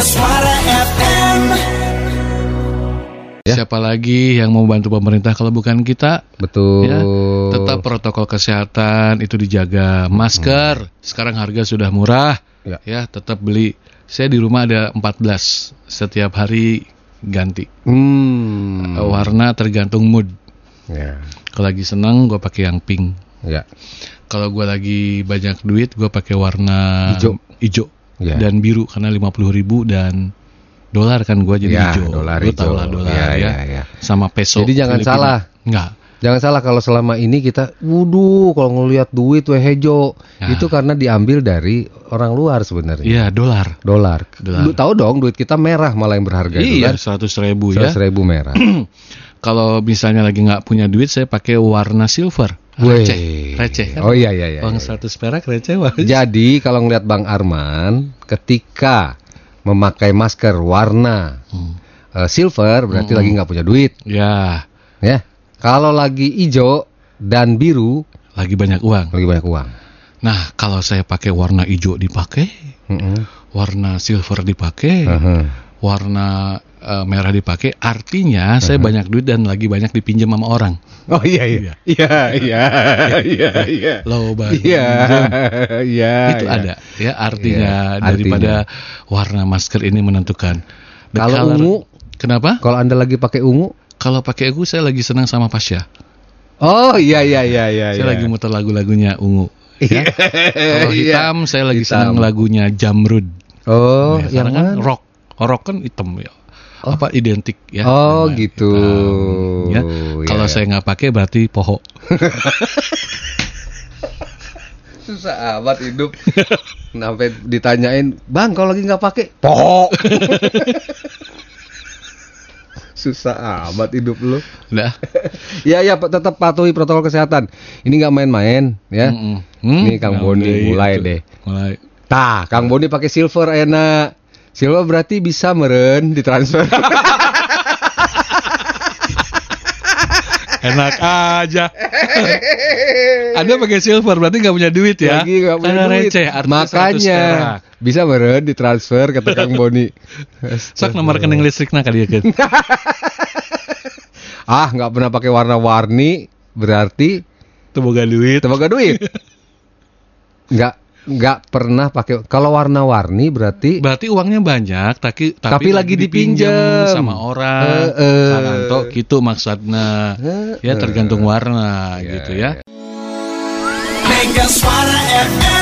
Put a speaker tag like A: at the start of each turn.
A: Suara FM
B: Ya.
C: Siapa lagi yang mau bantu pemerintah kalau bukan kita?
B: Betul.
C: Ya, tetap protokol kesehatan itu dijaga. Masker sekarang harga sudah murah.
B: Hmm. Ya.
C: Ya. tetap beli. Saya di rumah ada 14 setiap hari ganti.
B: Hmm.
C: Eh, Warna tergantung mood.
B: Ya.
C: Kalau lagi senang gue pakai yang pink.
B: Ya.
C: Kalau gue lagi banyak duit gue pakai warna
B: Ijo.
C: ijo
B: Ya.
C: dan biru karena 50.000 ribu dan dolar kan gue jadi
B: Ya,
C: hijau. ijo.
B: dolar
C: Lu
B: ijo.
C: tau lah dolar
B: Ya,
C: ya,
B: ya, ya.
C: Sama peso.
B: Jadi jangan
C: Filipina.
B: salah.
C: Enggak.
B: Jangan salah kalau selama ini kita wudu kalau ngelihat duit weh hejo
C: Nah.
B: itu karena diambil dari orang luar sebenarnya.
C: Iya dolar.
B: Dolar.
C: Dolar.
B: Lu tahu dong duit kita merah malah yang berharga
C: Iya,
B: dolar.
C: seratus ribu ya.
B: 100 ribu merah.
C: Kalau misalnya lagi nggak punya duit, saya pakai warna silver. Receh,
B: Weh.
C: receh. kan?
B: Oh iya iya iya.
C: Uang
B: iya.
C: seratus perak receh wah.
B: Jadi kalau ngelihat Bang Arman ketika memakai masker warna
C: Hmm.
B: eh, silver berarti lagi nggak punya duit
C: Ya,
B: ya. Kalau lagi hijau dan biru
C: lagi banyak uang.
B: lagi banyak uang.
C: Nah, kalau saya pakai warna hijau dipakai,
B: Mm-mm.
C: warna silver dipakai,
B: Heeh.
C: warna eh, merah dipakai, artinya
B: Uh-huh.
C: saya banyak duit dan lagi banyak dipinjam sama orang.
B: Oh iya iya. Iya iya iya iya.
C: Loh, Bang.
B: Iya iya.
C: Itu
B: iya.
C: ada ya artinya
B: Iya,
C: daripada warna masker ini menentukan. The
B: Kalau
C: color-
B: ungu?
C: kenapa?
B: Kalau Anda lagi pakai ungu?
C: Kalau pakai aku saya lagi senang sama Pasha.
B: Oh iya iya iya iya.
C: Saya lagi muter lagu-lagunya ungu.
B: Iya.
C: Kalau
B: Iya.
C: hitam saya lagi
B: Hitam.
C: senang lagunya Jamrud.
B: Oh,
C: Ya,
B: yang
C: karena kan
B: mana?
C: rock. Rock kan hitam ya. Apa identik ya?
B: Oh,
C: warna
B: gitu.
C: hitam, ya.
B: Iya,
C: Kalau
B: iya.
C: saya nggak pakai berarti poho.
B: Susah amat hidup. Sampai ditanyain, "Bang, kalau lagi nggak pakai, poho." Susah amat hidup lu.
C: Udah.
B: Ya ya pa- tetap patuhi protokol kesehatan. Ini nggak main-main ya.
C: Mm-mm. Hmm,
B: Nih, Kang
C: nah,
B: Boni,
C: udah,
B: mulai
C: itu.
B: deh.
C: Mulai.
B: Tah, Kang Boni pakai silver enak. Silver berarti bisa meren ditransfer.
C: Enak aja. Anda pakai silver berarti nggak punya duit ya?
B: Lagi nggak punya
C: Karena
B: duit.
C: receh. artinya 100
B: Makanya
C: perak.
B: bisa meren ditransfer ke Kang Boni.
C: Sok nomor rekening listriknya kali ya kan?
B: ah, nggak pernah pakai warna-warni berarti
C: Temoga duit.
B: tenaga duit. Nggak nggak pernah pakai kalau warna-warni berarti
C: Berarti uangnya banyak, tapi
B: Tapi lagi dipinjam. Eh,
C: sama orang.
B: Heeh.
C: Saranto gitu maksudnya.
B: Heeh.
C: Ya tergantung warna gitu ya.
A: Mega Suara FM